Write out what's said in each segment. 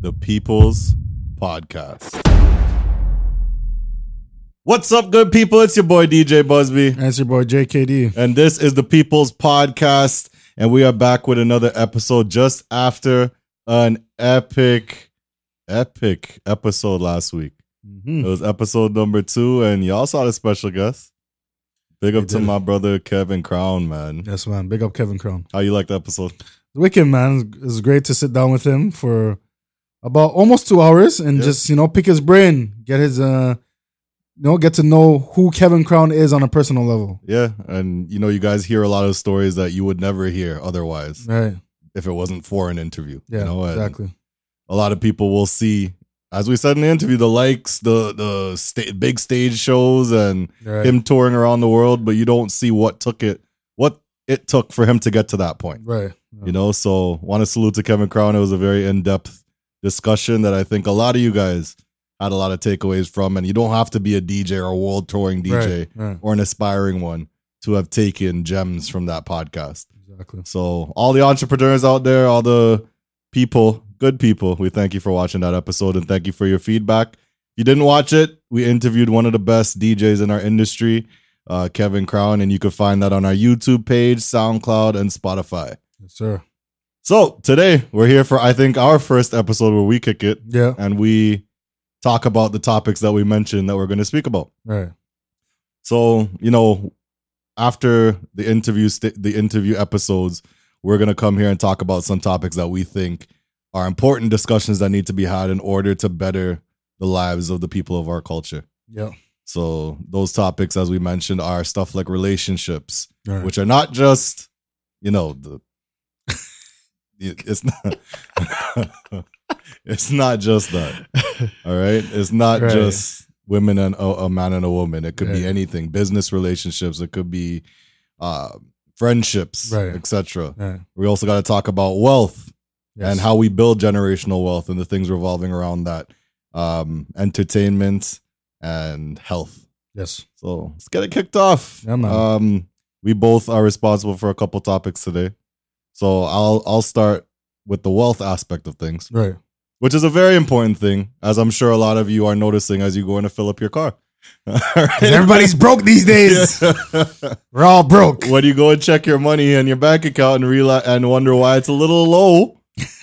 the People's Podcast. What's up, good people? It's your boy DJ Busby, That's your boy JKD. and this is the People's Podcast. And we are back with another episode just after an epic, epic episode last week. It was episode number two, and y'all saw the special guest. Big up We to did. my brother Kevin Crown, man. Yes, man. Big up Kevin Crown. How you like the episode? Wicked, man. It was great to sit down with him for about almost two hours and Yep. just, you know, pick his brain, get his, uh, you know, get to know who Kevin Crown is on a personal level. Yeah, and you know, you guys hear a lot of stories that you would never hear otherwise Right. if it wasn't for an interview. Yeah. you know, and exactly. A lot of people will see, as we said in the interview, the likes, the the sta- big stage shows, and Right. him touring around the world, but you don't see what took it, what it took for him to get to that point. Right. You know, so want to salute to Kevin Crown. It was a very in depth discussion that I think a lot of you guys had a lot of takeaways from, and you don't have to be a DJ or a world touring DJ Right. right. or an aspiring one to have taken gems from that podcast. Exactly. So, all the entrepreneurs out there, all the people, good people, we thank you for watching that episode and thank you for your feedback. If you didn't watch it, we interviewed one of the best DJs in our industry, uh, Kevin Crown, and you can find that on our YouTube page, SoundCloud, and Spotify. Yes, sir. So, today we're here for, I think, our first episode where we kick it Yeah. and we talk about the topics that we mentioned that we're going to speak about. Right. So you know, after the interview, st- the interview episodes, we're gonna come here and talk about some topics that we think are important discussions that need to be had in order to better the lives of the people of our culture. Yeah. So those topics, as we mentioned, are stuff like relationships, Right. which are not just, you know, the it- it's not it's not just that. All right, it's not Right. just women and a, a man and a woman. It could be Right. anything: business relationships. It could be uh, friendships, Right. etc. right. We also got to talk about wealth Yes. and how we build generational wealth and the things revolving around that, um, entertainment and health. Yes. So let's get it kicked off. Yeah, man. um, we both are responsible for a couple topics today, so I'll I'll start with the wealth aspect of things Right. which is a very important thing, as I'm sure a lot of you are noticing as you go in to fill up your car. All right? 'Cause Everybody's broke these days. Yeah. We're all broke. when you go and check your money and your bank account and realize and wonder why it's a little low,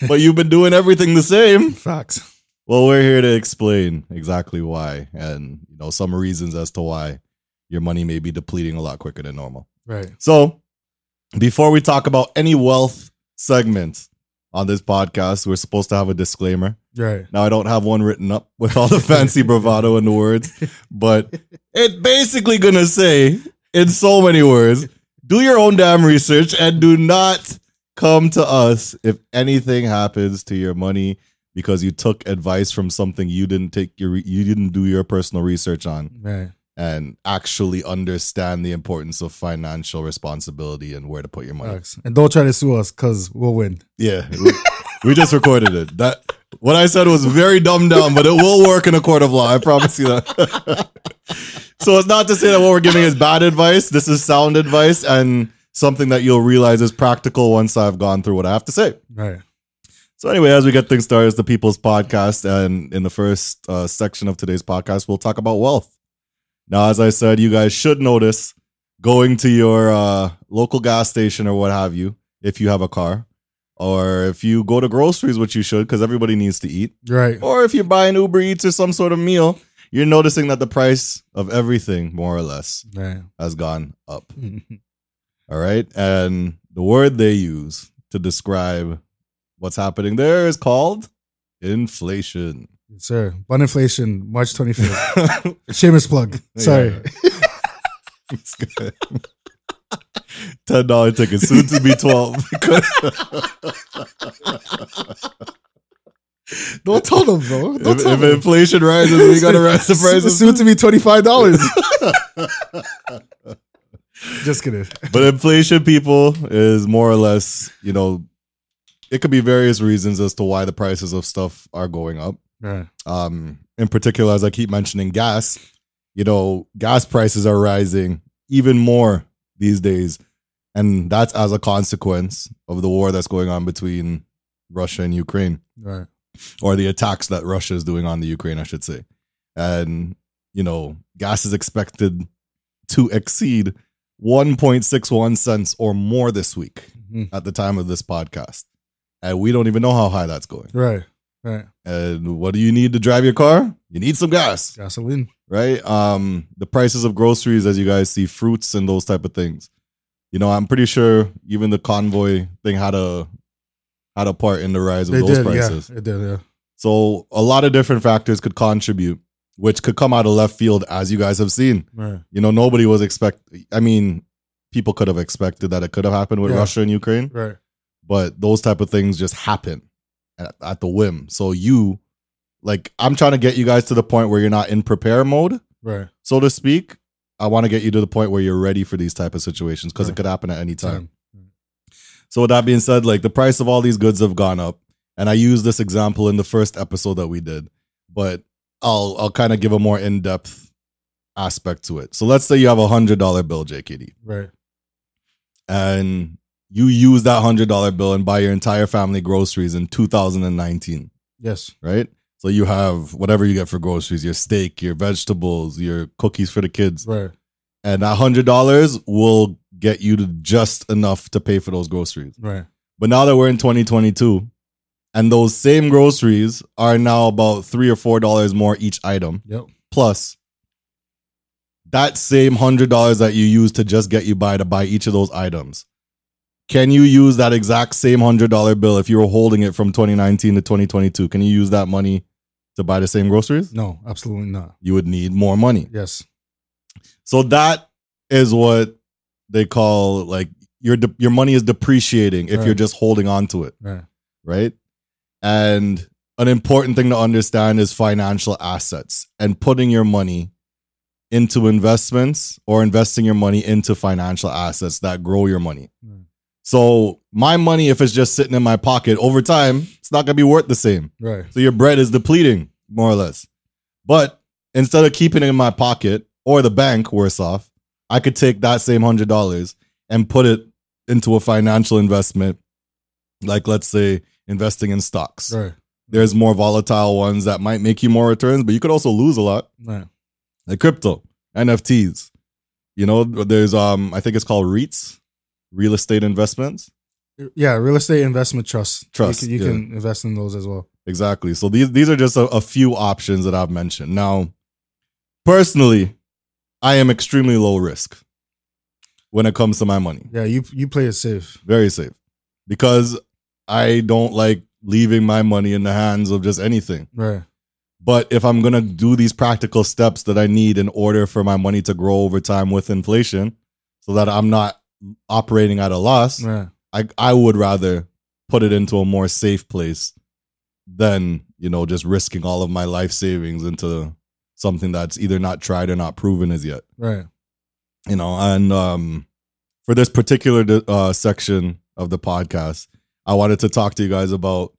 but you've been doing everything the same. Facts. Well, we're here to explain exactly why and you know some reasons as to why your money may be depleting a lot quicker than normal. Right. So, before we talk about any wealth segment on this podcast, we're supposed to have a disclaimer. Right. Now I don't have one written up with all the fancy bravado and the words, but it's basically gonna say in so many words, do your own damn research and do not come to us if anything happens to your money because you took advice from something you didn't take your you didn't do your personal research on Right. and actually understand the importance of financial responsibility and where to put your money. Facts. And don't try to sue us because we'll win. Yeah, we, we just recorded it. That what I said was very dumbed down, but it will work in a court of law. I promise you that. so it's not to say that what we're giving is bad advice. This is sound advice and something that you'll realize is practical once I've gone through what I have to say. Right. So anyway, as we get things started, it's the People's Podcast, and in the first uh, section of today's podcast, we'll talk about wealth. Now, as I said, you guys should notice going to your uh, local gas station or what have you, if you have a car, or if you go to groceries, which you should, because everybody needs to eat, Right. or if you buy an Uber Eats or some sort of meal, you're noticing that the price of everything, more or less, Right. has gone up. All right. And the word they use to describe what's happening there is called inflation. Yes, sir. Bun inflation, March 25th. Yeah. Shameless plug. Sorry. It's good. Ten dollar ticket, soon to be twelve. Don't tell them, bro. Don't if, tell if them. inflation rises, we gotta rise the prices. Soon to be $25. Just kidding. But inflation, people, is more or less, you know, it could be various reasons as to why the prices of stuff are going up. Right. um, in particular, as I keep mentioning gas, you know, gas prices are rising even more these days. And that's as a consequence of the war that's going on between Russia and Ukraine. Right. or the attacks that Russia is doing on the Ukraine, I should say. And, you know, gas is expected to exceed 1.61 cents or more this week Mhm. at the time of this podcast. And we don't even know how high that's going. Right. Right. And what do you need to drive your car? You need some gas Gasoline. right? Um, the prices of groceries, as you guys see, fruits and those type of things. You know, I'm pretty sure even the convoy thing had a had a part in the rise of They those did. prices. Yeah. It did. Yeah. So a lot of different factors could contribute, which could come out of left field, as you guys have seen. Right. You know, nobody was expect. I mean, people could have expected that it could have happened with Yeah. Russia and Ukraine, Right. but those type of things just happen at, at the whim. So you, like, I'm trying to get you guys to the point where you're not in prepare mode Right. so to speak i want to get you to the point where you're ready for these type of situations because Right. it could happen at any time Time. so with that being said like the price of all these goods have gone up and i used this example in the first episode that we did but i'll i'll kind of give a more in-depth aspect to it so let's say you have a hundred dollar bill jkd Right. and you use that hundred dollar bill and buy your entire family groceries in 2019 Yes. right so you have whatever you get for groceries your steak your vegetables your cookies for the kids Right. and that hundred dollars will get you to just enough to pay for those groceries. Right. But now that we're in 2022, and those same groceries are now about three or four dollars more each item, Yep. plus that same hundred dollars that you use to just get you by to buy each of those items. Can you use that exact same hundred dollar bill if you were holding it from 2019 to 2022? Can you use that money to buy the same groceries? No. Absolutely not. You would need more money. Yes. So that is what they call like your de- your money is depreciating if Right. you're just holding on to it, Right. right? And an important thing to understand is financial assets and putting your money into investments or investing your money into financial assets that grow your money. Right. So my money, if it's just sitting in my pocket over time, it's not gonna be worth the same. Right. So your bread is depleting, more or less. But instead of keeping it in my pocket or the bank, worse off, I could take that same hundred dollars and put it into a financial investment, like let's say investing in stocks. Right. There's more volatile ones that might make you more returns, but you could also lose a lot, Right. like crypto, NFTs. You know, there's um, I think it's called REITs, real estate investments. Yeah. Real estate investment trust. Trust, You, can, you yeah. can invest in those as well. Exactly. So these these are just a, a few options that I've mentioned. Now, personally, I am extremely low risk when it comes to my money. Yeah. You you play it safe. Very safe. Because I don't like leaving my money in the hands of just anything. Right. But if I'm going to do these practical steps that I need in order for my money to grow over time with inflation so that I'm not operating at a loss, Right. I I would rather put it into a more safe place than you know just risking all of my life savings into something that's either not tried or not proven as yet. Right. You know, and um, for this particular uh, section of the podcast, I wanted to talk to you guys about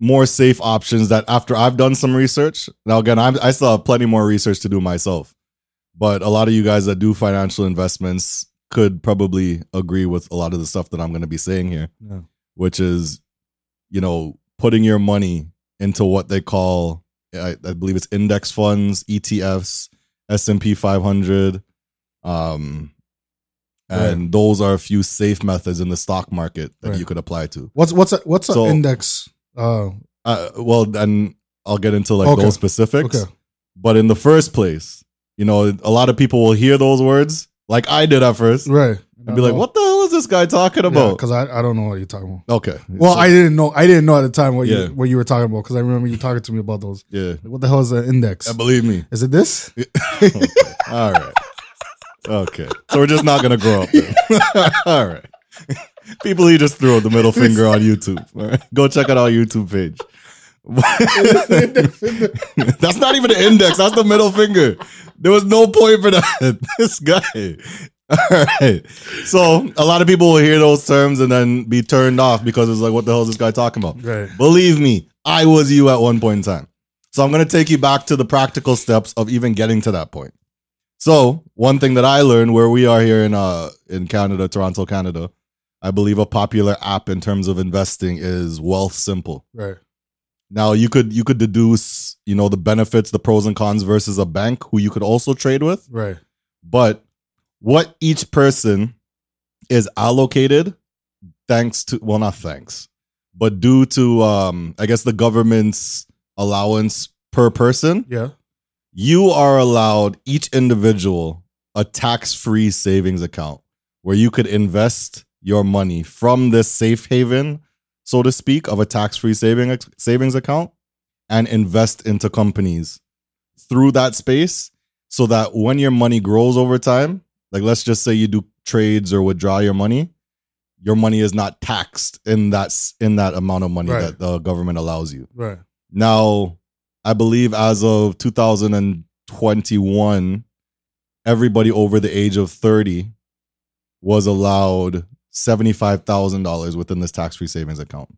more safe options that after I've done some research. Now again, I'm, I still have plenty more research to do myself, but a lot of you guys that do financial investments could probably agree with a lot of the stuff that I'm going to be saying here Yeah. which is you know putting your money into what they call I, I believe it's index funds E etfs s&p 500 um and those are a few safe methods in the stock market that Right. you could apply to What's what's a, what's So- an index? Uh. uh, well then i'll get into like Okay. those specifics Okay. but in the first place you know a lot of people will hear those words like i did at first Right. and be like Uh-huh. what the hell is this guy talking about Because I, I don't know what you're talking about. okay Well, So- I didn't know I didn't know at the time what Yeah. you what you were talking about because I remember you talking to me about those. yeah Like, what the hell is an index? And believe me Is it this? Okay. All right. Okay. So we're just not gonna grow up then. All right. People he just threw the middle finger on YouTube. All right. Go check out our YouTube page. that's not even the index, that's the middle finger. There was no point for that. This guy. All right. So a lot of people will hear those terms and then be turned off because it's like, what the hell is this guy talking about? Right. Believe me, I was you at one point in time. So I'm going to take you back to the practical steps of even getting to that point. So one thing that I learned where we are here in uh in Canada, Toronto, Canada, I believe a popular app in terms of investing is Wealth Simple. Right. Now you could you could deduce, you know, the benefits, the pros and cons versus a bank who you could also trade with. Right. But what each person is allocated thanks to well not thanks, but due to um I guess the government's allowance per person, Yeah. you are allowed each individual a tax-free savings account where you could invest your money from this safe haven so to speak of a tax-free saving savings account and invest into companies through that space so that when your money grows over time like let's just say you do trades or withdraw your money your money is not taxed in that s- in that amount of money Right. that the government allows you Right. now, I believe as of 2021, everybody over the age of 30 was allowed $75,000 within this tax free savings account.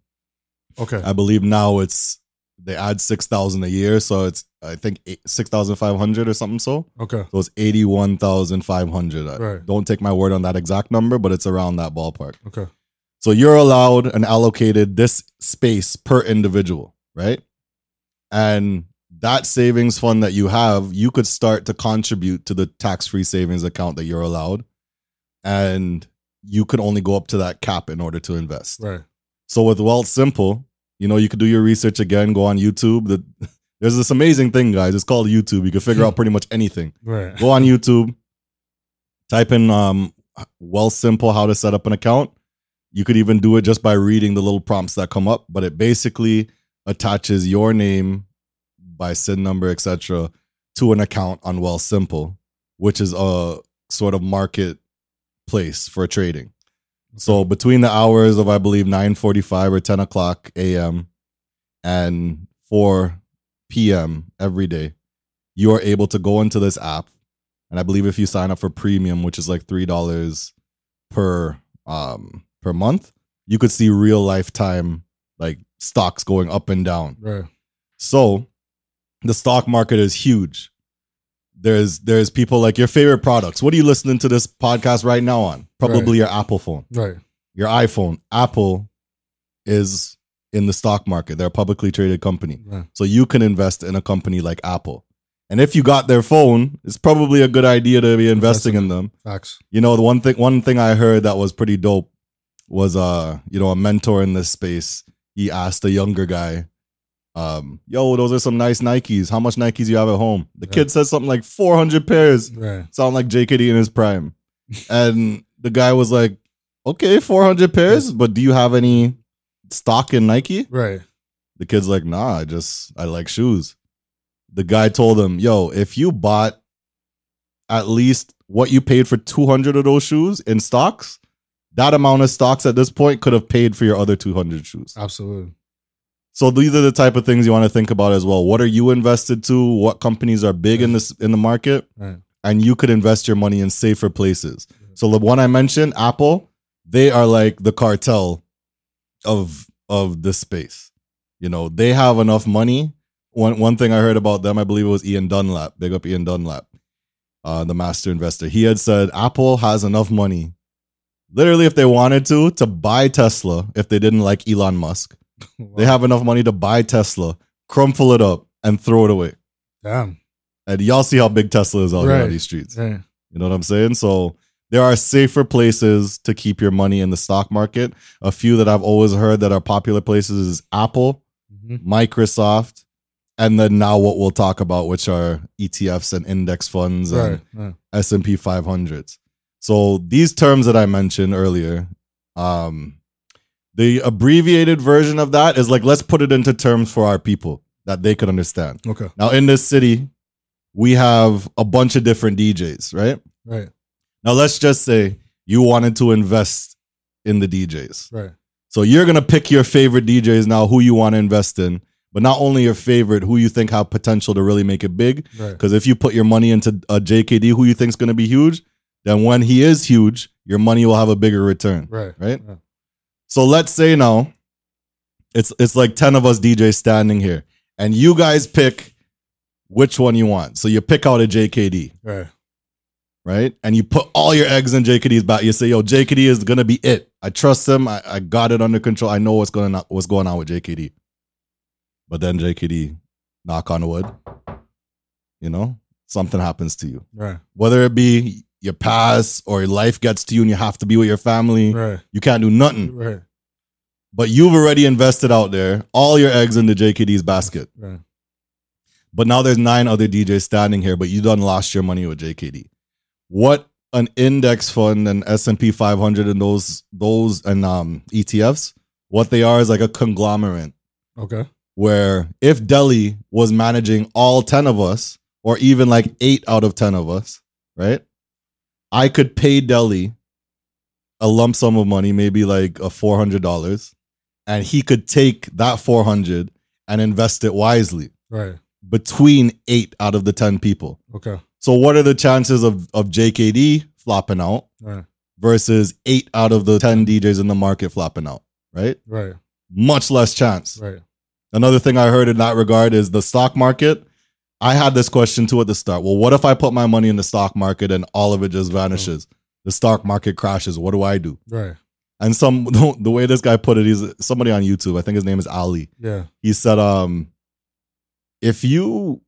Okay. I believe now it's they add 6,000 a year, so it's I think eight- 6,500 or something so. Okay. So it's 81,500. I Right. Don't take my word on that exact number, but it's around that ballpark. Okay. So you're allowed and allocated this space per individual, right? And that savings fund that you have, you could start to contribute to the tax free savings account that you're allowed. And you could only go up to that cap in order to invest. Right. So with Wealth Simple, you know, you could do your research again, go on YouTube. The, there's this amazing thing, guys. It's called YouTube. You can figure out pretty much anything Right. go on YouTube, type in um well simple how to set up an account. You could even do it just by reading the little prompts that come up, but it basically attaches your name by SIN number, etc., to an account on Well Simple, which is a sort of market place for trading. So between the hours of I believe nine forty-five or ten o'clock a.m. and four p.m. every day, you are able to go into this app and I believe if you sign up for premium, which is like three dollars per um per month, you could see real lifetime like stocks going up and down. Right. So the stock market is huge. There's there's people like your favorite products. What are you listening to this podcast right now on? Probably your Apple phone, Right. your iPhone. Apple is in the stock market. They're a publicly traded company. Right. So you can invest in a company like Apple. And if you got their phone, it's probably a good idea to be investing in them. Facts. You know, the one thing one thing I heard that was pretty dope was uh, you know, a mentor in this space. He asked a younger guy, um, yo, those are some nice Nikes. How much Nikes you have at home? The Yeah. kid said something like 400 pairs. Right. Sound like JKD in his prime. and the guy was like, okay, 400 pairs, but do you have any stock in Nike? Right. The kid's like, nah, I just I like shoes. The guy told him, yo, if you bought at least what you paid for 200 of those shoes in stocks, that amount of stocks at this point could have paid for your other 200 shoes. Absolutely. So these are the type of things you want to think about as well. What are you invested to? What companies are big in this in the market? Right. And you could invest your money in safer places. Yeah. So the one I mentioned, Apple, they are like the cartel of of this space. You know, they have enough money. One one thing I heard about them, I believe it was Ian Dunlap. Big up Ian Dunlap, uh, the master investor. He had said Apple has enough money. Literally, if they wanted to, to buy Tesla, if they didn't like Elon Musk, they have enough money to buy Tesla, crumple it up, and throw it away. Damn. And y'all see how big Tesla is out here on Right. these streets. Right. You know what I'm saying? So there are safer places to keep your money in the stock market. A few that I've always heard that are popular places is Apple, Mhm. Microsoft, and then now what we'll talk about, which are ETFs and index funds and Right. Right. S&P 500s. So these terms that I mentioned earlier, um, the abbreviated version of that is like let's put it into terms for our people that they could understand. Okay. Now in this city, we have a bunch of different DJs, right? Right. Now let's just say you wanted to invest in the DJs. Right. So you're going to pick your favorite DJs now who you want to invest in, but not only your favorite who you think have potential to really make it big, Right. because if you put your money into a JKD who you think is going to be huge, then when he is huge, your money will have a bigger return. Right. Right? So let's say now it's it's like 10 of us DJs standing here and you guys pick which one you want. So you pick out a JKD, Right. right? And you put all your eggs in JKD's back. You say, "Yo, JKD is going to be it. I trust him. I, I got it under control. I know what's going on what's going on with JKD." But then JKD, knock on wood, you know, something happens to you. Right. Whether it be your past or life gets to you and you have to be with your family, Right. you can't do nothing. Right. But you've already invested out there all your eggs into JKD's basket. Right. But now there's nine other DJs standing here, but you done lost your money with JKD. What an index fund and S and P 500 and those those and um, ETFs. What they are is like a conglomerate Okay. where if Delhi was managing all ten of us, or even like eight out of ten of us, right? I could pay Delhi a lump sum of money, maybe like a four hundred dollars, and he could take that four hundred and invest it wisely Right. between eight out of the 10 people. Okay. So, what are the chances of, of JKD flopping out Right. versus eight out of the 10 DJs in the market flopping out, right? Right. Much less chance. Right. Another thing I heard in that regard is the stock market. I had this question too at the start. Well, what if I put my money in the stock market and all of it just vanishes? The stock market crashes. What do I do? Right. And some the way this guy put it, he's somebody on YouTube. I think his name is Ali Yeah. he said um if you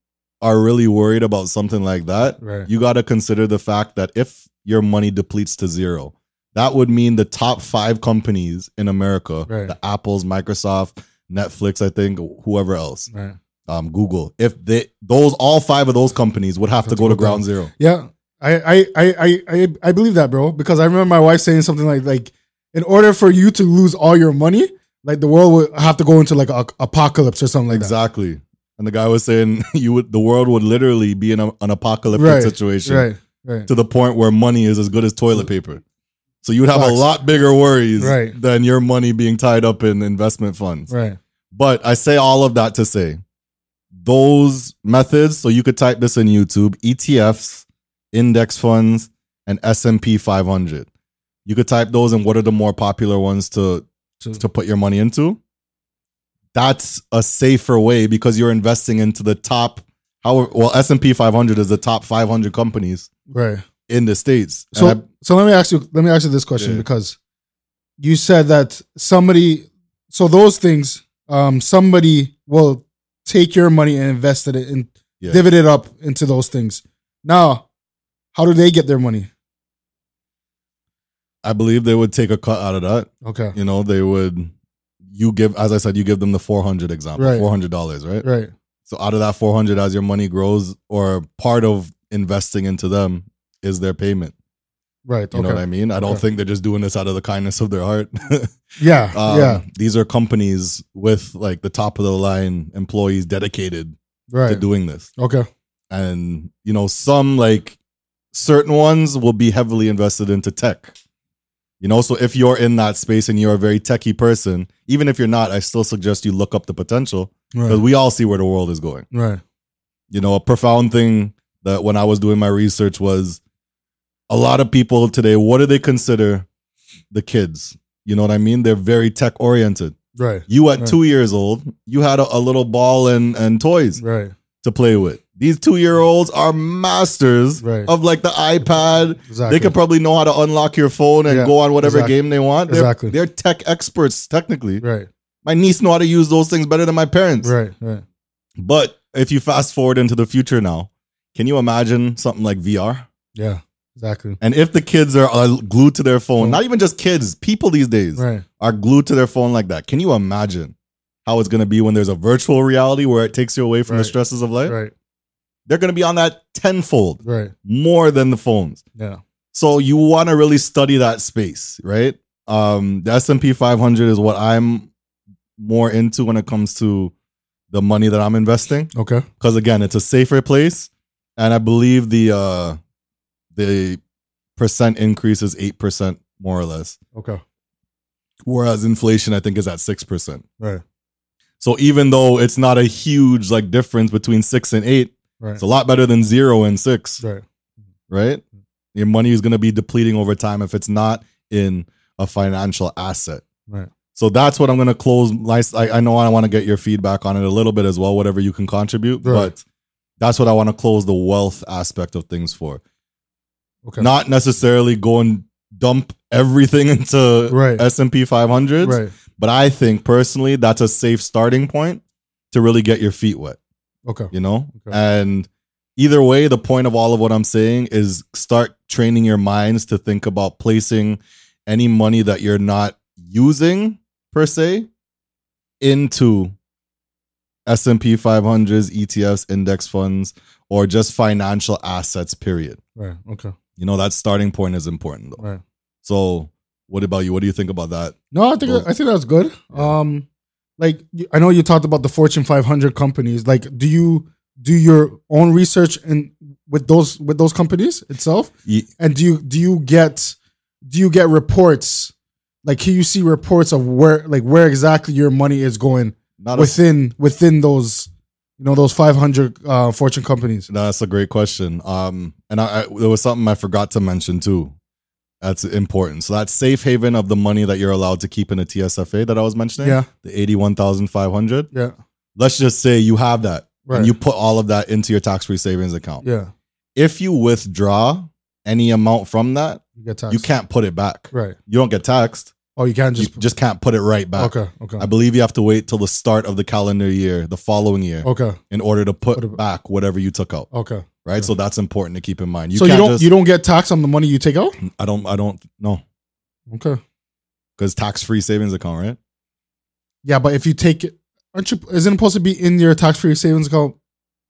are really worried about something like that Right. you got to consider the fact that if your money depletes to zero that would mean the top five companies in america Right. the apples microsoft netflix i think whoever else Right. um, google if they those all five of those companies would have to Have go to to go ground zero Yeah, I I I I I, I believe that, bro. Because I remember my wife saying something like like, in order for you to lose all your money, like the world would have to go into like a apocalypse or something like exactly and the guy was saying you would the world would literally be in a, an apocalyptic Right, situation that. Right. Right. to the point where money is as good as toilet paper. So you'd have a Facts. lot bigger worries Right. than your money being tied up in investment funds. Right. But I say all of that to say those methods, so you could type this in YouTube, ETFs, index funds, and S&P 500. You could type those and what are the more popular ones to To- to put your money into? That's a safer way because you're investing into the top how well S&P 500 is the top 500 companies Right. in the states. So And so let me ask you let me ask you this question Yeah. because you said that somebody so those things um somebody will take your money and invest it in Yeah. divot it up into those things. Now, how do they get their money? I, I believe they would take a cut out of that. Okay. You know, they would. You give, as I said, you give them the four hundred example, Right. four hundred dollars, right? Right. So out of that four hundred, as your money grows, or part of investing into them is their payment. Right. You okay. know what I mean? I don't Okay. think they're just doing this out of the kindness of their heart. Yeah. um, yeah. These are companies with like the top of the line employees dedicated Right. to doing this. okay. and you know some like certain ones will be heavily invested into tech you know so if you're in that space and you're a very techie person even if you're not i still suggest you look up the potential because Right. we all see where the world is going Right. you know a profound thing that when i was doing my research was a lot of people today what do they consider the kids you know what i mean they're very tech oriented Right. you at Right. two years old you had a, a little ball and and toys Right. to play with. These two year olds are masters Right. of like the iPad. Exactly. Oh, They could probably know how to unlock your phone and Yeah, go on whatever exactly. game they want. They're, Exactly. they're tech experts technically. right. My niece know how to use those things better than my parents. Right. Right. But if you fast forward into the future now, can you imagine something like VR? Yeah. Exactly. And if the kids are uh, glued to their phone, Phone. not even just kids, people these days Right. are glued to their phone like that. Can you imagine how it's going to be when there's a virtual reality where it takes you away from the Right. stresses of life? Right. They're going to be on that tenfold. Right. more than the phones. Yeah. So you want to really study that space, right? Um, the S and P 500 is what I'm more into when it comes to the money that I'm investing, Okay. because again, it's a safer place, and I believe the uh, the percent increase is eight percent more or less, Okay. whereas inflation I think is at six percent. Right. So even though it's not a huge like difference between six and eight, Right. it's a lot better than zero and six right. right? Your money is going to be depleting over time if it's not in a financial asset. Right. So that's what I'm going to close. my- I, I know I want to get your feedback on it a little bit as well, whatever you can contribute, Right. but that's what I want to close the wealth aspect of things for. Okay. Not necessarily go and dump everything into Right. S&P 500, right. but I think personally that's a safe starting point to really get your feet wet, Okay. you know? Okay. And either way, the point of all of what I'm saying is start training your minds to think about placing any money that you're not using per se into S&P 500s, ETFs, E index funds, or just financial assets period. Right. Okay. You know that starting point is important though. Right. So, what about you? What do you think about that? No, I think Those- I think that's good. Yeah. Um, like you- I know you talked about the Fortune 500 companies. Like, do you do your own research and with those with those companies itself, Ye- and do you do you get do you get reports like can you see reports of where like where exactly your money is going Not a within within those you know those 500 uh, Fortune companies? That's a great question. Um, and I, I there was something I forgot to mention too. That's important. So that safe haven of the money that you're allowed to keep in a TSFA that I was mentioning, Yeah. the eighty-one thousand five hundred. Yeah. Let's just say you have that, Right. and you put all of that into your tax-free savings account. yeah. If you withdraw any amount from that, You get taxed. you can't put it back. Right. You don't get taxed. Oh, you can't just. you just uh, can't put it right back. okay. Okay. I believe you have to wait till the start of the calendar year, the following year, okay. in order to put Put it- back whatever you took out. Okay. Right. So that's important to keep in mind. so you can't don't just- Mm. you don't get taxed on the money you take out. I don't. I don't know Okay. because tax-free savings account, right? Yeah, but if you take it, aren't you? Isn't it supposed to be in your tax-free savings account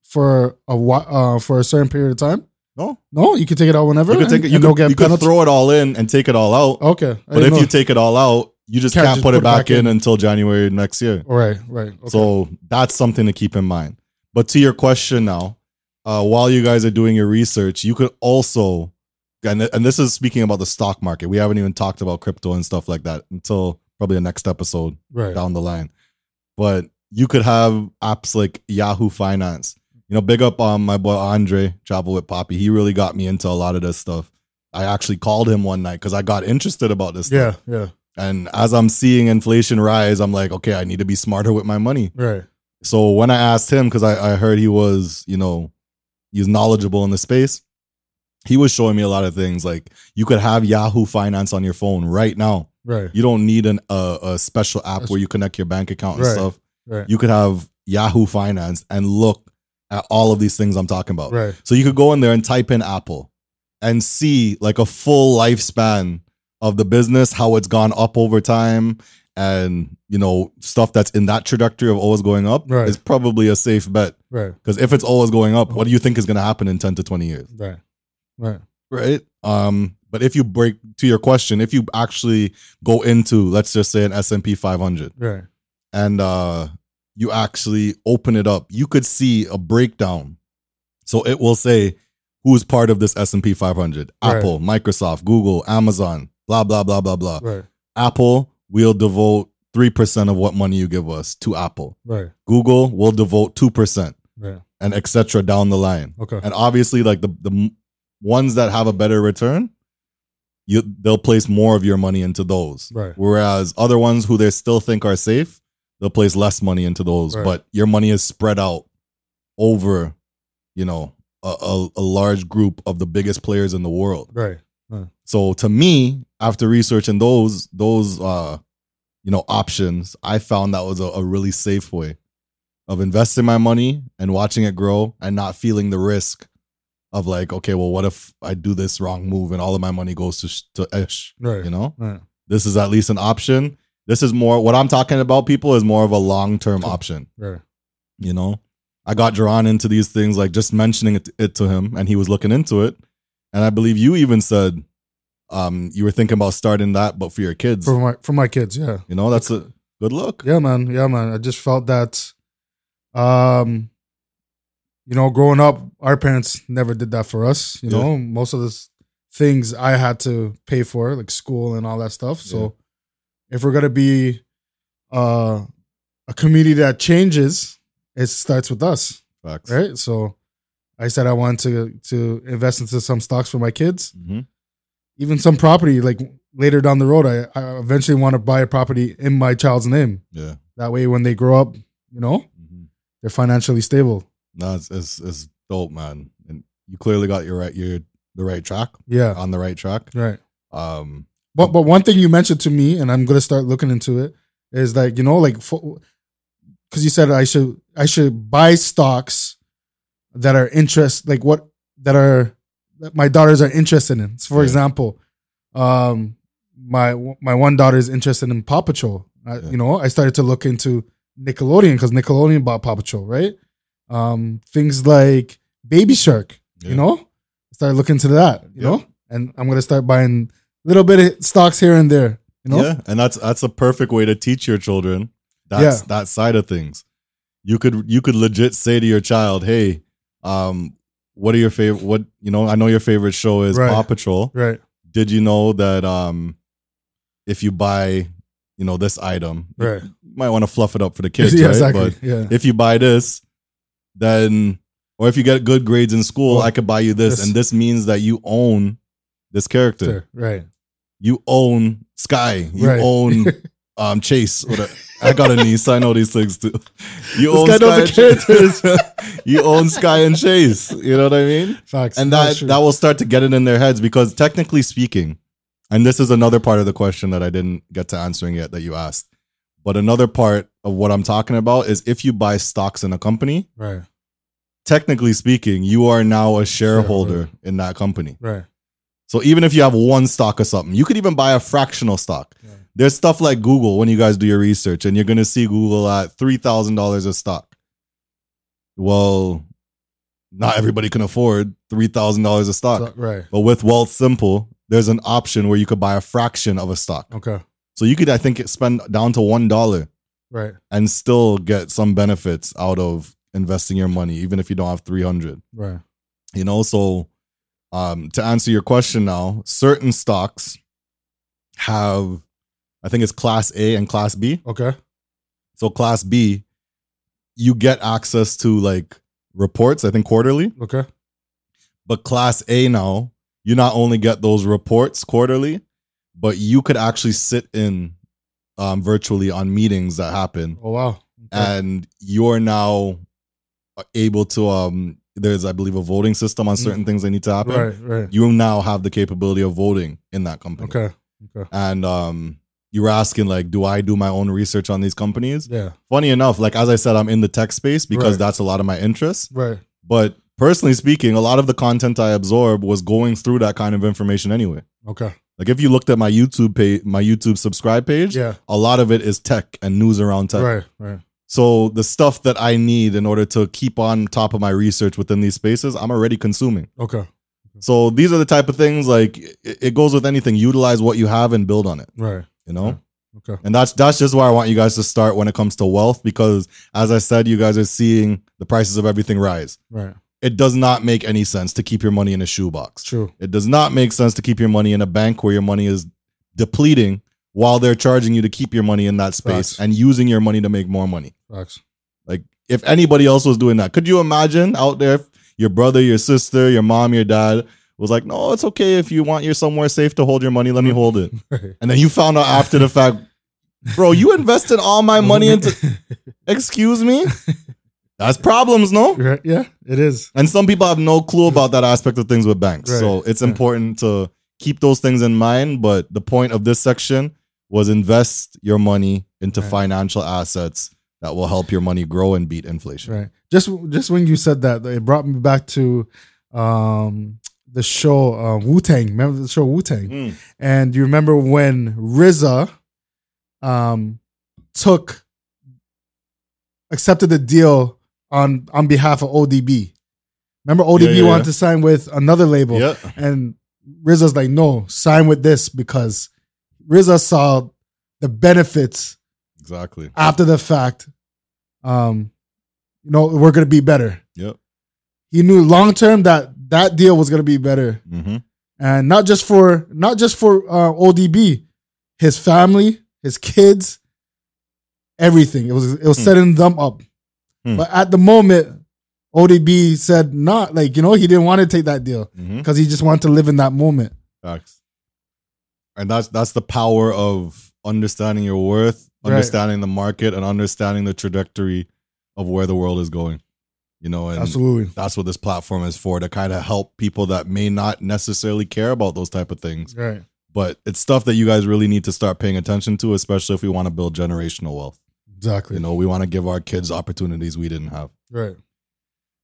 for a whi- uh for a certain period of time? No, No, you can take it out whenever. you could take it. You could, you could penalty- throw it all in and take it all out. Okay, I but didn't if know. you take it all out, you just can't, Can't just put, it back, in, until January next year. right, right. Okay. So that's something to keep in mind. But to your question now, uh, while you guys are doing your research, you could also, and, and this is speaking about the stock market. We haven't even talked about crypto and stuff like that until probably the next episode. right, down the line. But you could have apps like Yahoo Finance. You know, big up on my boy Andre, Travel with Poppy. He really got me into a lot of this stuff. I actually called him one night because I got interested about this. yeah, yeah, And as I'm seeing inflation rise, I'm like, okay, I need to be smarter with my money. right, So when I asked him, because I, I heard he was, you know, he's knowledgeable in the space, he was showing me a lot of things. Like you could have Yahoo Finance on your phone right now. right, You don't need an a, a special app That's- where you connect your bank account and Right. stuff. right, You could have Yahoo Finance and look at all of these things I'm talking about. right, So you could go in there and type in Apple and see like a full lifespan of the business, how it's gone up over time, and you know stuff that's in that trajectory of always going up Right. is probably a safe bet right, because if it's always going up, what do you think is going to happen in ten to twenty years? right, right. right um but if you break to your question if you actually go into let's just say an s&p 500 Right. and uh you actually open it up you could see a breakdown so it will say who's part of this s&p 500 Right. apple microsoft google amazon blah blah blah blah blah Right. apple will devote 3% of what money you give us to apple Right. google will devote 2% Right. and etc down the line Okay. and obviously like the the m- ones that have a better return you they'll place more of your money into those Right. whereas other ones who they still think are safe they'll place less money into those Right. but your money is spread out over you know a, a, a large group of the biggest players in the world Right. so to me after researching those those uh you know options i found that was a, a really safe way of investing my money and watching it grow and not feeling the risk of like okay well what if i do this wrong move and all of my money goes to, sh- to ish Right. you know Right. this is at least an option this is more what i'm talking about people is more of a long-term option Right. you know i got drawn into these things like just mentioning it, it to him and he was looking into it and i believe you even said um you were thinking about starting that but for your kids For my for my kids, yeah. you know that's a good look Yeah, man. Yeah, man. I just felt that, um, you know, growing up, our parents never did that for us. You Yeah. know, most of the s- things I had to pay for, like school and all that stuff. So, if we're gonna be uh, a community that changes, it starts with us, Facts. right? So, I said I wanted to to invest into some stocks for my kids, Mhm. even some property. Like later down the road, I, I eventually want to buy a property in my child's name. yeah That way, when they grow up, you know, Mhm. they're financially stable. no it's, it's it's dope man and you clearly got your right your the right track Yeah. on the right track Right. um But but one thing you mentioned to me, and I'm gonna start looking into it, is like you know, like for, because you said I should I should buy stocks that are interest like what that are that my daughters are interested in. So for Yeah. example, um, my my one daughter is interested in Paw Patrol. I, Yeah. You know, I started to look into Nickelodeon because Nickelodeon bought Paw Patrol, right? Um, things like Baby Shark, Yeah. you know, started looking into that, you Yeah. know, and I'm gonna start buying little bit of stocks here and there, you know. Yeah, and that's that's a perfect way to teach your children that's that side of things. You could you could legit say to your child, "Hey, um, what are your favorite? What you know? I know your favorite show is Right. Paw Patrol. Right. Did you know that um, if you buy, you know, this item, you Right. might want to fluff it up for the kids, yeah, right? exactly. But yeah. if you buy this, then or if you get good grades in school, Well, I could buy you this, this- and this means that you own this character. Sure, Right. You own Sky. You Right. own um Chase. Or the- I got a niece. I know these things too. You This guy knows the and Chase. you own Sky and Chase. You know what I mean? Facts. And That's that true. that will start to get it in their heads because technically speaking, and this is another part of the question that I didn't get to answering yet that you asked. But another part of what I'm talking about is if you buy stocks in a company, right. technically speaking, you are now a shareholder Shareholder. in that company. Right. So even if you have one stock or something, you could even buy a fractional stock. Yeah. There's stuff like Google when you guys do your research, and you're gonna see Google at three thousand dollars a stock. Well, not everybody can afford three thousand dollars a stock. So- right. But with Wealth Simple, there's an option where you could buy a fraction of a stock. Okay. So you could, I think, spend down to one dollar Right. and still get some benefits out of investing your money, even if you don't have three hundred. Right. You know, so um, to answer your question now, certain stocks have, I think it's Class A and Class B. Okay. So Class B, you get access to like reports, I think quarterly. Okay. But class A now, you not only get those reports quarterly, but you could actually sit in um, virtually on meetings that happen, Oh wow. Okay. and you're now uh, able to. Um, there's, I believe, a voting system on certain things that need to happen. Mm. right. Right. You now have the capability of voting in that company. Okay. Okay. And um, you were asking, like, do I do my own research on these companies? Yeah. Funny enough, like as I said, I'm in the tech space because Right. that's a lot of my interest. Right. But personally speaking, a lot of the content I absorb was going through that kind of information anyway. Okay. Like if you looked at my YouTube page, my YouTube subscribe page, Yeah. a lot of it is tech and news around tech. Right. Right. So the stuff that I need in order to keep on top of my research within these spaces, I'm already consuming. Okay. So these are the type of things like it, it goes with anything. Utilize what you have and build on it, Right. you know? Yeah. Okay. And that's that's just where I want you guys to start when it comes to wealth because as I said, you guys are seeing the prices of everything rise. Right. It does not make any sense to keep your money in a shoebox. True. It does not make sense to keep your money in a bank where your money is depleting while they're charging you to keep your money in that space Facts. and using your money to make more money. Facts. Like if anybody else was doing that, could you imagine out there if your brother, your sister, your mom, your dad was like, "No, it's okay if you want your somewhere safe to hold your money, let me hold it." Right. And then you found out after the fact, "Bro, you invested all my money into Excuse me?" That's problems, no? right. Yeah. It is. And some people have no clue about that aspect of things with banks. Right, So it's right. important to keep those things in mind. But the point of this section was invest your money into Right. financial assets that will help your money grow and beat inflation. Right. Just just when you said that, it brought me back to um the show uh, Wu Tang. Remember the show Wu Tang? Mm. And you remember when RZA um, took accepted the deal on on behalf of ODB. Remember ODB yeah, wanted yeah. to sign with another label, Yeah. and RZA's like, "No, sign with this because RZA saw the benefits Exactly. after the fact. Um, you know, we're gonna be better." Yep. He knew long term that that deal was gonna be better hmm and not just for not just for uh, ODB, his family, his kids, everything. It was it was Hmm. setting them up. Hmm. But at the moment, ODB said not like you know he didn't want to take that deal hmm because he just wanted to live in that moment. Facts. And that's that's the power of understanding your worth, Right. understanding the market, and understanding the trajectory of where the world is going. You know, and Absolutely, that's what this platform is for to kind of help people that may not necessarily care about those type of things right, but it's stuff that you guys really need to start paying attention to especially if we want to build generational wealth Exactly. You know, we want to give our kids opportunities we didn't have. Right.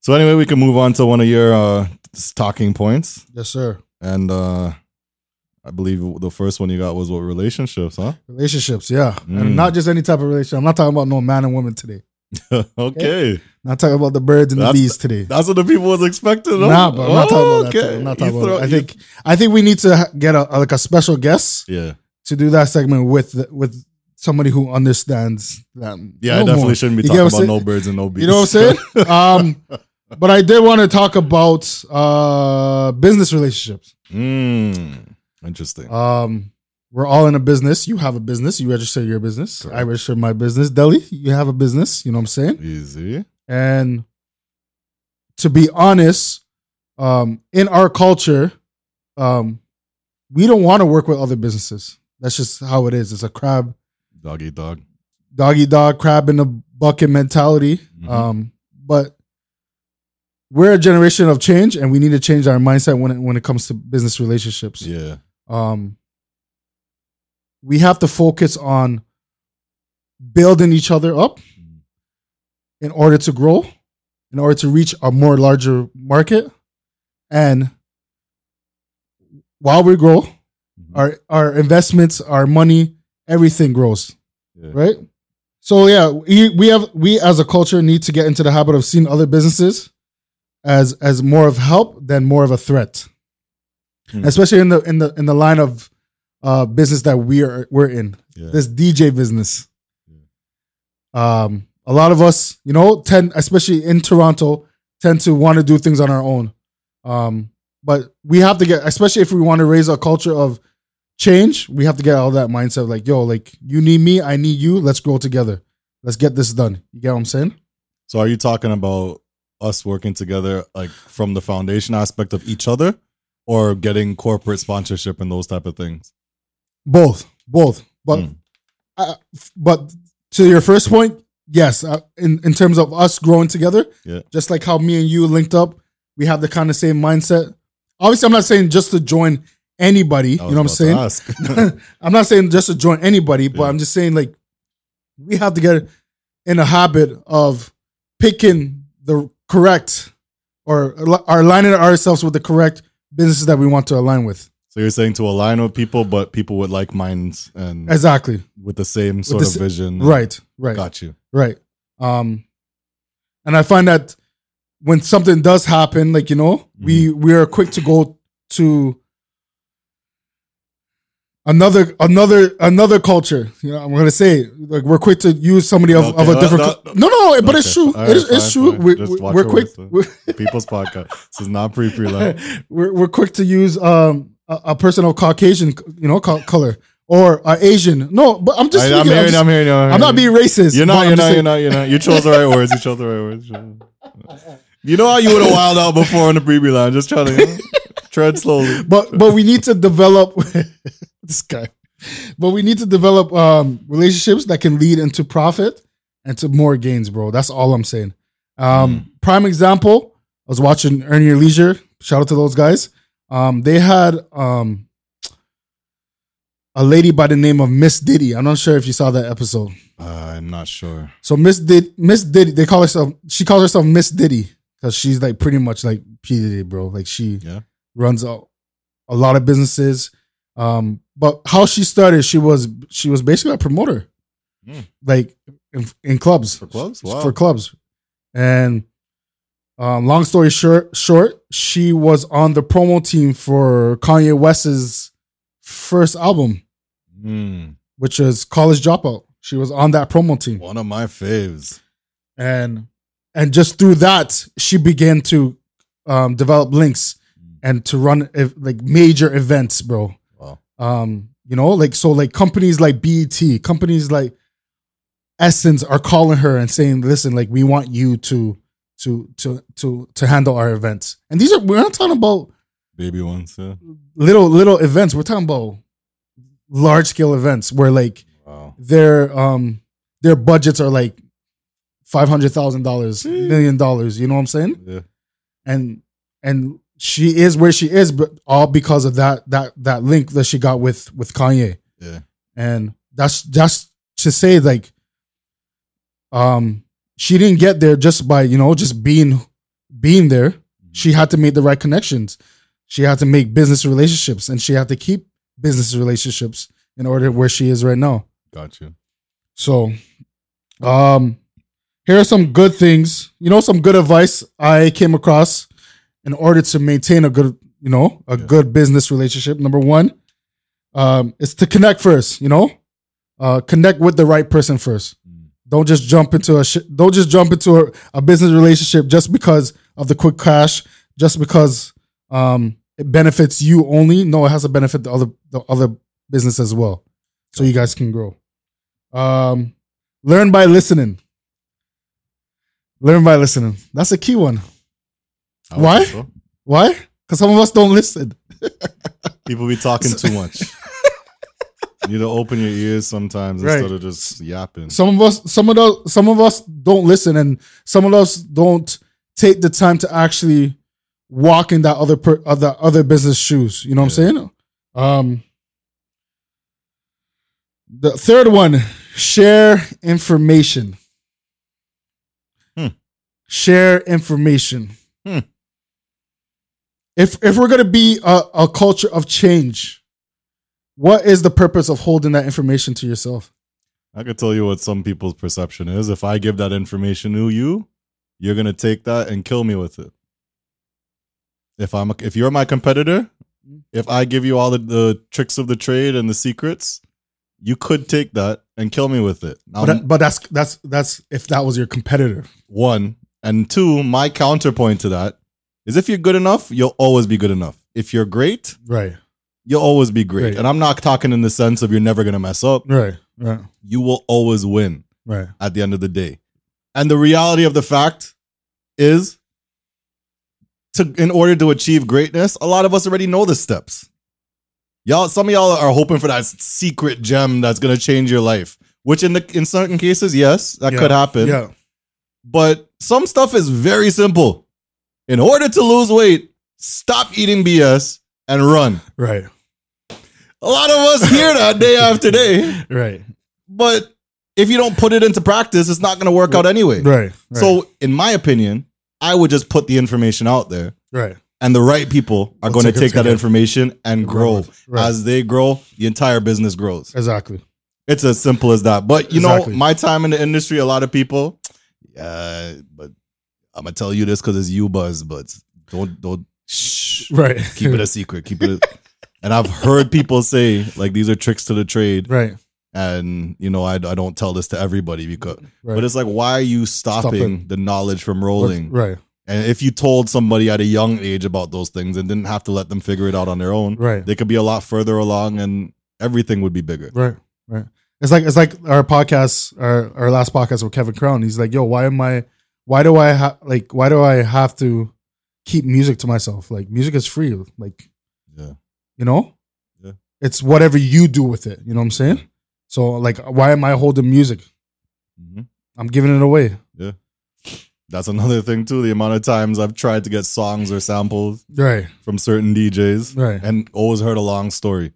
So anyway, we can move on to one of your uh, s- talking points, Yes, sir. and uh, I believe the first one you got was what relationships, huh? Relationships, yeah. Mm. And not just any type of relationship. I'm not talking about no man and woman today. okay, Not talking about the birds and That's- the bees today. that's what the people was expecting. huh? nah, but I'm not talking about that. Okay. today. I'm not You talking throw- about that. I you- think I think we need to ha- get a, a- like a special guest yeah, to do that segment with the- with somebody who understands that. yeah, I no definitely more. shouldn't be You get talking what about I'm no birds and no bees. You know what I'm saying? um, but I did want to talk about uh, business relationships. Mm, interesting. Um, we're all in a business. You have a business. You register your business. I Correct. register my business. Delhi, you have a business. You know what I'm saying? Easy. And to be honest, um, in our culture, um, we don't want to work with other businesses. That's just how it is. It's a crab, Dog eat dog. doggy dog, crab in the bucket mentality. Mhm. Um, but we're a generation of change, and we need to change our mindset when it, when it comes to business relationships Yeah. um, we have to focus on building each other up in order to grow, in order to reach a more larger market. And while we grow, Mm-hmm. our our investments, our money, everything grows, Yeah. right? So yeah, we, we have we as a culture need to get into the habit of seeing other businesses as as more of help than more of a threat, Hmm. especially in the in the in the line of uh, business that we are we're in Yeah. this DJ business. Um, a lot of us, you know, tend especially in Toronto, tend to want to do things on our own. Um, but we have to get, especially if we want to raise a culture of change, we have to get out of that mindset. Like, yo, like you need me, I need you. Let's grow together. Let's get this done. You get what I'm saying? So are you talking about us working together like from the foundation aspect of each other or getting corporate sponsorship and those type of things? Both, both. But Hmm. uh, f- but to your first point, yes, uh, in in terms of us growing together, Yeah. just like how me and you linked up, we have the kind of same mindset. Obviously, I'm not saying just to join anybody. I You was know what I'm about to saying? ask. I'm not saying just to join anybody, but Yeah. I'm just saying like we have to get in a habit of picking the correct or al- are aligning ourselves with the correct businesses that we want to align with. so you're saying to align with people, but people with like minds and Exactly. with the same sort the of sa- vision. Right. Right. Got you. Right. Um and I find that when something does happen, like you know, we Mm-hmm. we are quick to go to another another another culture. You know, I'm gonna say it. like we're quick to use somebody of, of Okay, a no, different. no, cul- No, no, but it's Okay. true. All it is, right, it's fine, true. fine. We're, Just we're watch we're your quick. words, We're, People's podcast. This is not pre pre love. we're we're quick to use um a, a person of Caucasian, you know, col- color or uh, Asian. No, but I'm just. I- I'm speaking, I'm, hearing, just- I'm hearing, you, I'm I'm not hearing being you. racist. You're but not, I'm you're just not, you're saying- not, you're not. You chose the right words. You chose the right words. You chose- You know how you would have wild out before on the pre pre line, just trying to you know, tread slowly. but but we need to develop this guy. But we need to develop um, relationships that can lead into profit and to more gains, bro. That's all I'm saying. Um, Prime example: I was watching Earn Your Leisure. Shout out to those guys. Um, they had um, a lady by the name of Miss Diddy. I'm not sure if you saw that episode. Uh, I'm not sure. So Miss Did Miss Diddy, they call herself. She calls herself Miss Diddy because she's like pretty much like P Diddy, bro. Like she Yeah. runs a, a lot of businesses. Um, but how she started, she was she was basically a promoter, Hmm. like in, in clubs For clubs? S- Wow. for clubs. And um, long story short, short, she was on the promo team for Kanye West's first album, Mm, which is College Dropout. She was on that promo team. one of my faves. and and just through that she began to um, develop links and to run ev- like major events bro Wow. um you know like so like companies like bet companies like essence are calling her and saying listen like we want you to to to to to handle our events and these are we're not talking about Baby ones. Yeah. little little events we're talking about large scale events where like Wow. their um their budgets are like five hundred thousand dollars, million dollars. You know what I'm saying? Yeah. And and she is where she is, but all because of that that that link that she got with with Kanye. Yeah. And that's just to say like um, she didn't get there just by you know just being being there. She had to make the right connections. She had to make business relationships, and she had to keep business relationships in order where she is right now. Got you. So, um, here are some good things. You know, some good advice I came across in order to maintain a good, you know, a Yeah. good business relationship. Number one, um, is to connect first. You know, uh, connect with the right person first. Mm. Don't just jump into a sh- don't just jump into a, a business relationship just because of the quick cash, just because um, it benefits you only. No, it has to benefit the other the other business as well, so you guys can grow. Um, learn by listening. Learn by listening. That's a key one. I would Why? think so. Why? Because some of us don't listen. People be talking too much. you need to open your ears sometimes Right. instead of just yapping. Some of us, some of the, some of us don't listen, and some of us don't take the time to actually walk in that other per, other other business shoes. You know what I'm saying? Um, the third one: share information. Hmm. Share information. Hmm. If if we're gonna be a, a culture of change, what is the purpose of holding that information to yourself? I could tell you what some people's perception is. If I give that information to you, you're gonna take that and kill me with it. If I'm a, if you're my competitor, Mm-hmm. if I give you all the, the tricks of the trade and the secrets, you could take that and kill me with it. Now, But, that- but that's that's that's if that was your competitor. one and two, my counterpoint to that is if you're good enough, you'll always be good enough. If you're great, Right. you'll always be great. Right. And I'm not talking in the sense of you're never gonna mess up. Right. Right. You will always win. Right. at the end of the day. And the reality of the fact is to in order to achieve greatness, a lot of us already know the steps. Y'all, some of y'all are hoping for that secret gem that's gonna change your life. Which in the in certain cases, yes, that Yeah. could happen. Yeah. But some stuff is very simple. In order to lose weight, stop eating BS and run. Right. A lot of us hear that day after day, Right. but if you don't put it into practice, it's not gonna work out anyway. Right. So, in my opinion, I would just put the information out there, right. and the right people are We'll going to take it take that together. information and grow. Right. As they grow, the entire business grows. exactly. It's as simple as that. But you Exactly. know, my time in the industry, a lot of people, yeah, but I'm gonna tell you this because it's you, Buzz. But don't don't shh, Right. keep it a secret. Keep it. A, and I've heard people say like these are tricks to the trade, right. and you know I, I don't tell this to everybody because. Right. But it's like, why are you stopping the knowledge from rolling? Right. And if you told somebody at a young age about those things and didn't have to let them figure it out on their own, Right. they could be a lot further along and everything would be bigger. Right. Right. It's like it's like our podcast, our our last podcast with Kevin Crown. He's like, "Yo, why am I? Why do I ha- like? Why do I have to keep music to myself? Like, music is free. Like, Yeah. You know? Yeah. It's whatever you do with it. You know what I'm saying? So like why am I holding music? Mhm. I'm giving it away. That's another thing, too. The amount of times I've tried to get songs or samples Right. from certain DJs Right. and always heard a long story.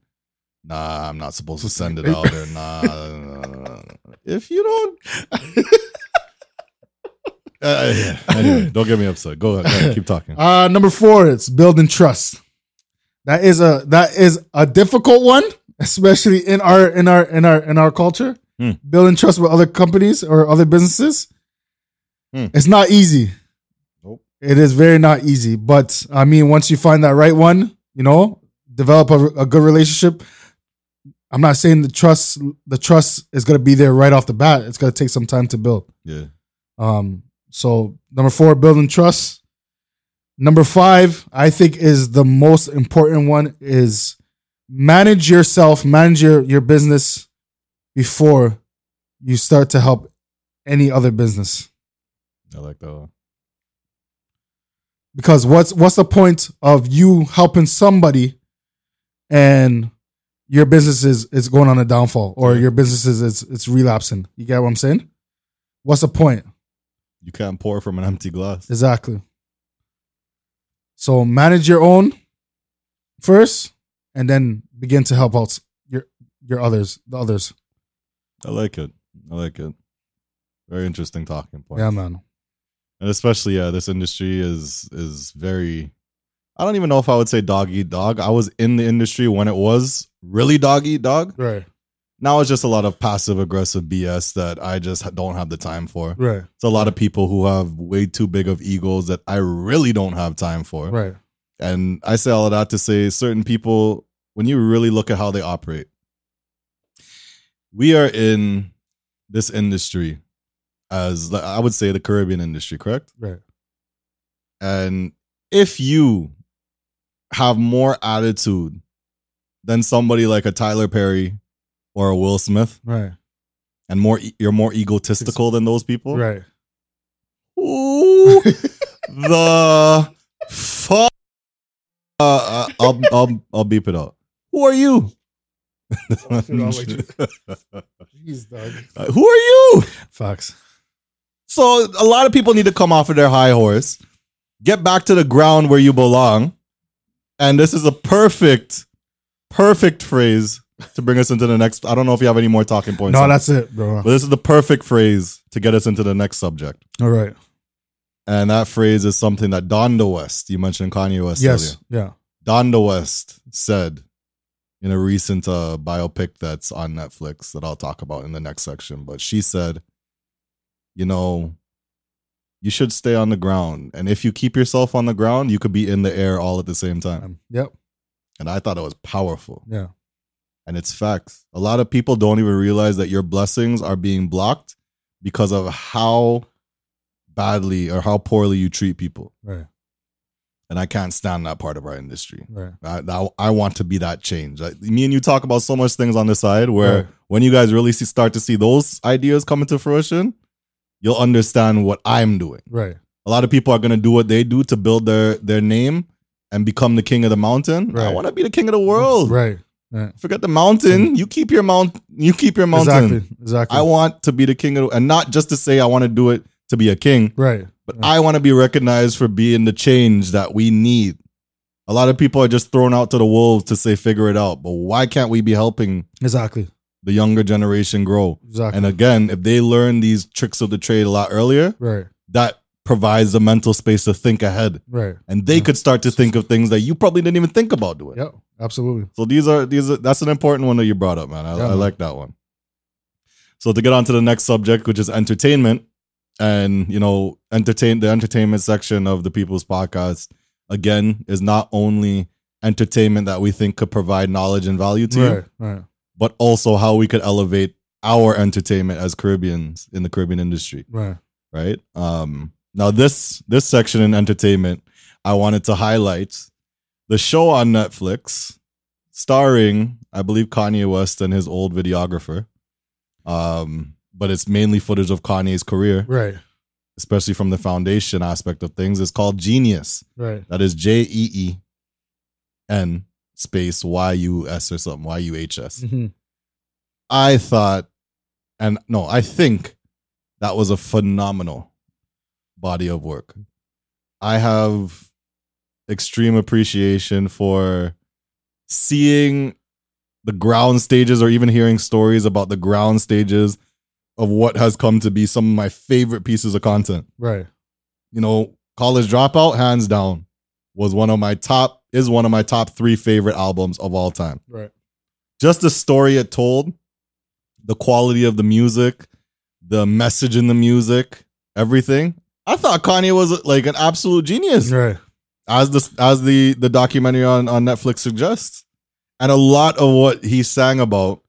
Nah, I'm not supposed to send it out there. Nah. nah, nah, nah, nah. if you don't. Uh, yeah. Anyway, don't get me upset. Go ahead. Go ahead. Keep talking. Uh number 4, it's building trust. That is a that is a difficult one, especially in our in our in our in our culture. Hmm. Building trust with other companies or other businesses. Hmm. It's not easy. Nope. It is very not easy, but I mean, once you find that right one, you know, develop a, a good relationship. I'm not saying the trust the trust is going to be there right off the bat. It's going to take some time to build. Yeah. Um, so number four, building trust. Number five, I think is the most important one is manage yourself, manage your, your business before you start to help any other business. I like that one. Because what's what's the point of you helping somebody and your business is, is going on a downfall or your business is it's, it's relapsing. You get what I'm saying? What's the point? You can't pour from an empty glass. Exactly. So manage your own first, and then begin to help out your your others, the others. I like it. I like it. Very interesting talking point. Yeah, man. and especially yeah, this industry is is very. I don't even know if I would say dog eat dog. I was in the industry when it was really dog eat dog. Right, Now it's just a lot of passive aggressive BS that I just ha- don't have the time for. right, It's a lot of people who have way too big of egos that I really don't have time for. right. And I say all of that to say certain people, when you really look at how they operate, we are in this industry as I would say the Caribbean industry, correct? Right. And if you have more attitude than somebody like a Tyler Perry or a Will Smith, Right, and more e- you're more egotistical than those people, right. Ooh, the fuck. Uh, I'll, I'll, I'll beep it out. Who are you? I'll let you- Jeez, dog. Uh, Who are you? Facts. So, a lot of people need to come off of their high horse, get back to the ground where you belong. And this is a perfect, perfect phrase to bring us into the next. I don't know if you have any more talking points. No, that's it, bro. but this is the perfect phrase to get us into the next subject. All right. And that phrase is something that Donda West, you mentioned Kanye West Yes. earlier. Yeah. Donda West said in a recent uh, biopic that's on Netflix that I'll talk about in the next section. But she said, you know, you should stay on the ground. And if you keep yourself on the ground, you could be in the air all at the same time. Um, yep. And I thought it was powerful. Yeah. And it's facts. A lot of people don't even realize that your blessings are being blocked because of how badly or how poorly you treat people Right. and I can't stand that part of our industry. Right. I, I, I want to be that change. I, me and you talk about so much things on the side where Right. when you guys really see, start to see those ideas come into fruition, you'll understand what I'm doing. Right. A lot of people are going to do what they do to build their their name and become the king of the mountain. I Right. want to be the king of the world. Right. Forget the mountain. You keep your mount. You keep your mountain. Exactly. Exactly. I want to be the king of, and not just to say I want to do it to be a king. right. But I want to be recognized for being the change that we need. A lot of people are just thrown out to the wolves to say figure it out. But why can't we be helping Exactly. the younger generation grow? Exactly. And again, if they learn these tricks of the trade a lot earlier, right. that provides the mental space to think ahead. Right. And they Yeah. could start to think of things that you probably didn't even think about doing. Yep. Absolutely. So these are these are that's an important one that you brought up, man. I, Yeah, I man. like that one. So to get on to the next subject, which is entertainment, and you know, entertain the entertainment section of the People's Podcast again is not only entertainment that we think could provide knowledge and value to you, Right. Right. but also how we could elevate our entertainment as Caribbeans in the Caribbean industry Right. right? Um, now this this section in entertainment, I wanted to highlight the show on Netflix, starring I believe Kanye West and his old videographer. Um, but it's mainly footage of Kanye's career, Right. especially from the foundation aspect of things. It's called Genius. Right. That is J E E N space Y U S or something Y U H S. Mhm. I thought, and no, I think that was a phenomenal body of work. I have extreme appreciation for seeing the ground stages or even hearing stories about the ground stages of what has come to be some of my favorite pieces of content. Right. You know, College Dropout, hands down, was one of my top, is one of my top three favorite albums of all time Right. just the story it told, the quality of the music, the message in the music, everything. I thought Kanye was like an absolute genius, Right. as the as the the documentary on on Netflix suggests. And a lot of what he sang about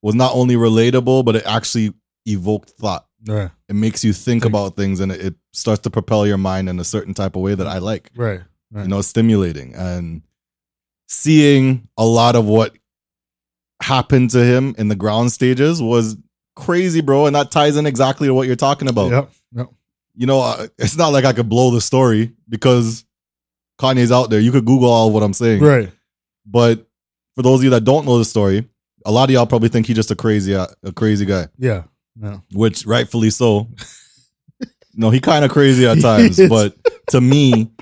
was not only relatable, but it actually evoked thought. Right. It makes you think Think. about things, and it, it starts to propel your mind in a certain type of way that I like Right. Right. you know stimulating and seeing a lot of what happened to him in the ground stages was crazy bro and that ties in exactly to what you're talking about Yep. Yep. you know uh, it's not like i could blow the story because kanye's out there you could google all what i'm saying Right. but for those of you that don't know the story a lot of y'all probably think he's just a crazy uh, a crazy guy Yeah. No. which rightfully so. no, he kind of crazy at He times, is. but to me,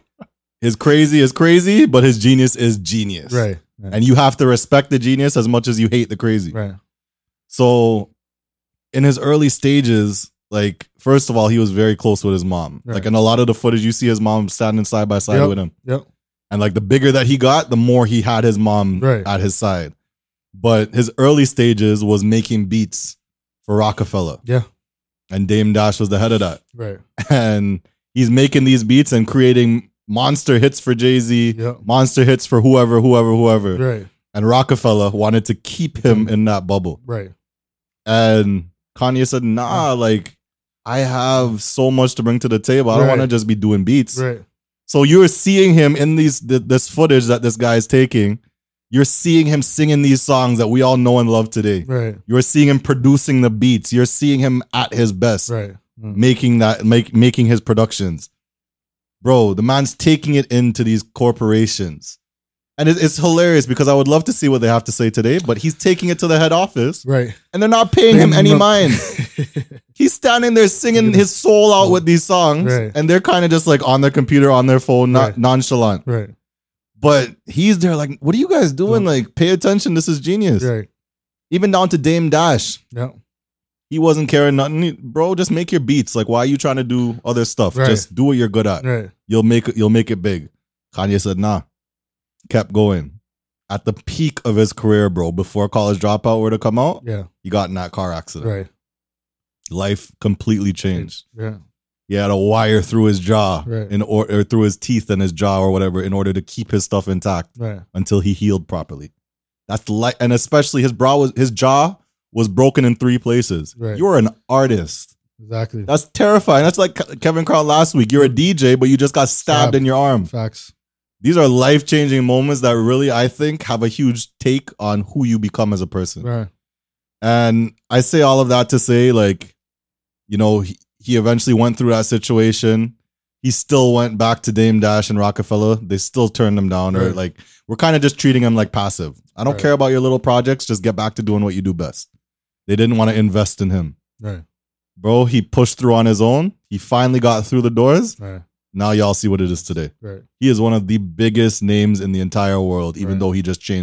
his crazy is crazy, but his genius is genius. Right. Right. And you have to respect the genius as much as you hate the crazy. Right. So in his early stages, like first of all, he was very close with his mom. Right. Like in a lot of the footage, you see his mom standing side by side Yep. with him. Yep. And like the bigger that he got, the more he had his mom Right. at his side. But his early stages was making beats for Rockefeller. Yeah. And Dame Dash was the head of that. Right. And he's making these beats and creating monster hits for Jay Z, Yep. monster hits for whoever, whoever, whoever. Right. And Rockefeller wanted to keep him in that bubble. Right. And Kanye said, nah, like I have so much to bring to the table. I don't Right. want to just be doing beats. Right. So you're seeing him in these th- this footage that this guy is taking. You're seeing him singing these songs that we all know and love today. Right. You're seeing him producing the beats. You're seeing him at his best, Right. Mm. making that make making his productions. Bro, the man's taking it into these corporations. And it- it's hilarious because I would love to see what they have to say today, but he's taking it to the head office Right. and they're not paying him any Not- mind. He's standing there singing his soul out with these songs, Oh. Right. and they're kind of just like on their computer, on their phone, not Right. nonchalant. right. But he's there, like, what are you guys doing? Mm. Like, pay attention. This is genius. Right. Even down to Dame Dash, Yeah. he wasn't caring nothing, He- bro. Just make your beats. Like, why are you trying to do other stuff? Right. Just do what you're good at. Right. You'll make it. You'll make it big. Kanye said, nah. Kept going. At the peak of his career, bro, before College Dropout were to come out, Yeah. he got in that car accident. Right. Life completely changed. Yeah. he had a wire through his jaw Right. in or, or through his teeth and his jaw or whatever in order to keep his stuff intact Right. until he healed properly. That's like and especially his brow was his jaw was broken in three places. Right. You're an artist. Exactly. That's terrifying. That's like Ke- Kevin Carl last week. You're a DJ, but you just got stabbed Stabbed. in your arm. Facts. These are life changing moments that really I think have a huge take on who you become as a person. Right. And I say all of that to say, like, you know, he, he eventually went through that situation. He still went back to Dame Dash and Rockefeller. They still turned him down, or Right. like, we're kind of just treating him like passive. I don't Right. care about your little projects. Just get back to doing what you do best. They didn't want to invest in him. Right. Bro, he pushed through on his own. He finally got through the doors. Right. Now y'all see what it is today. Right. He is one of the biggest names in the entire world, even Right. though he just changed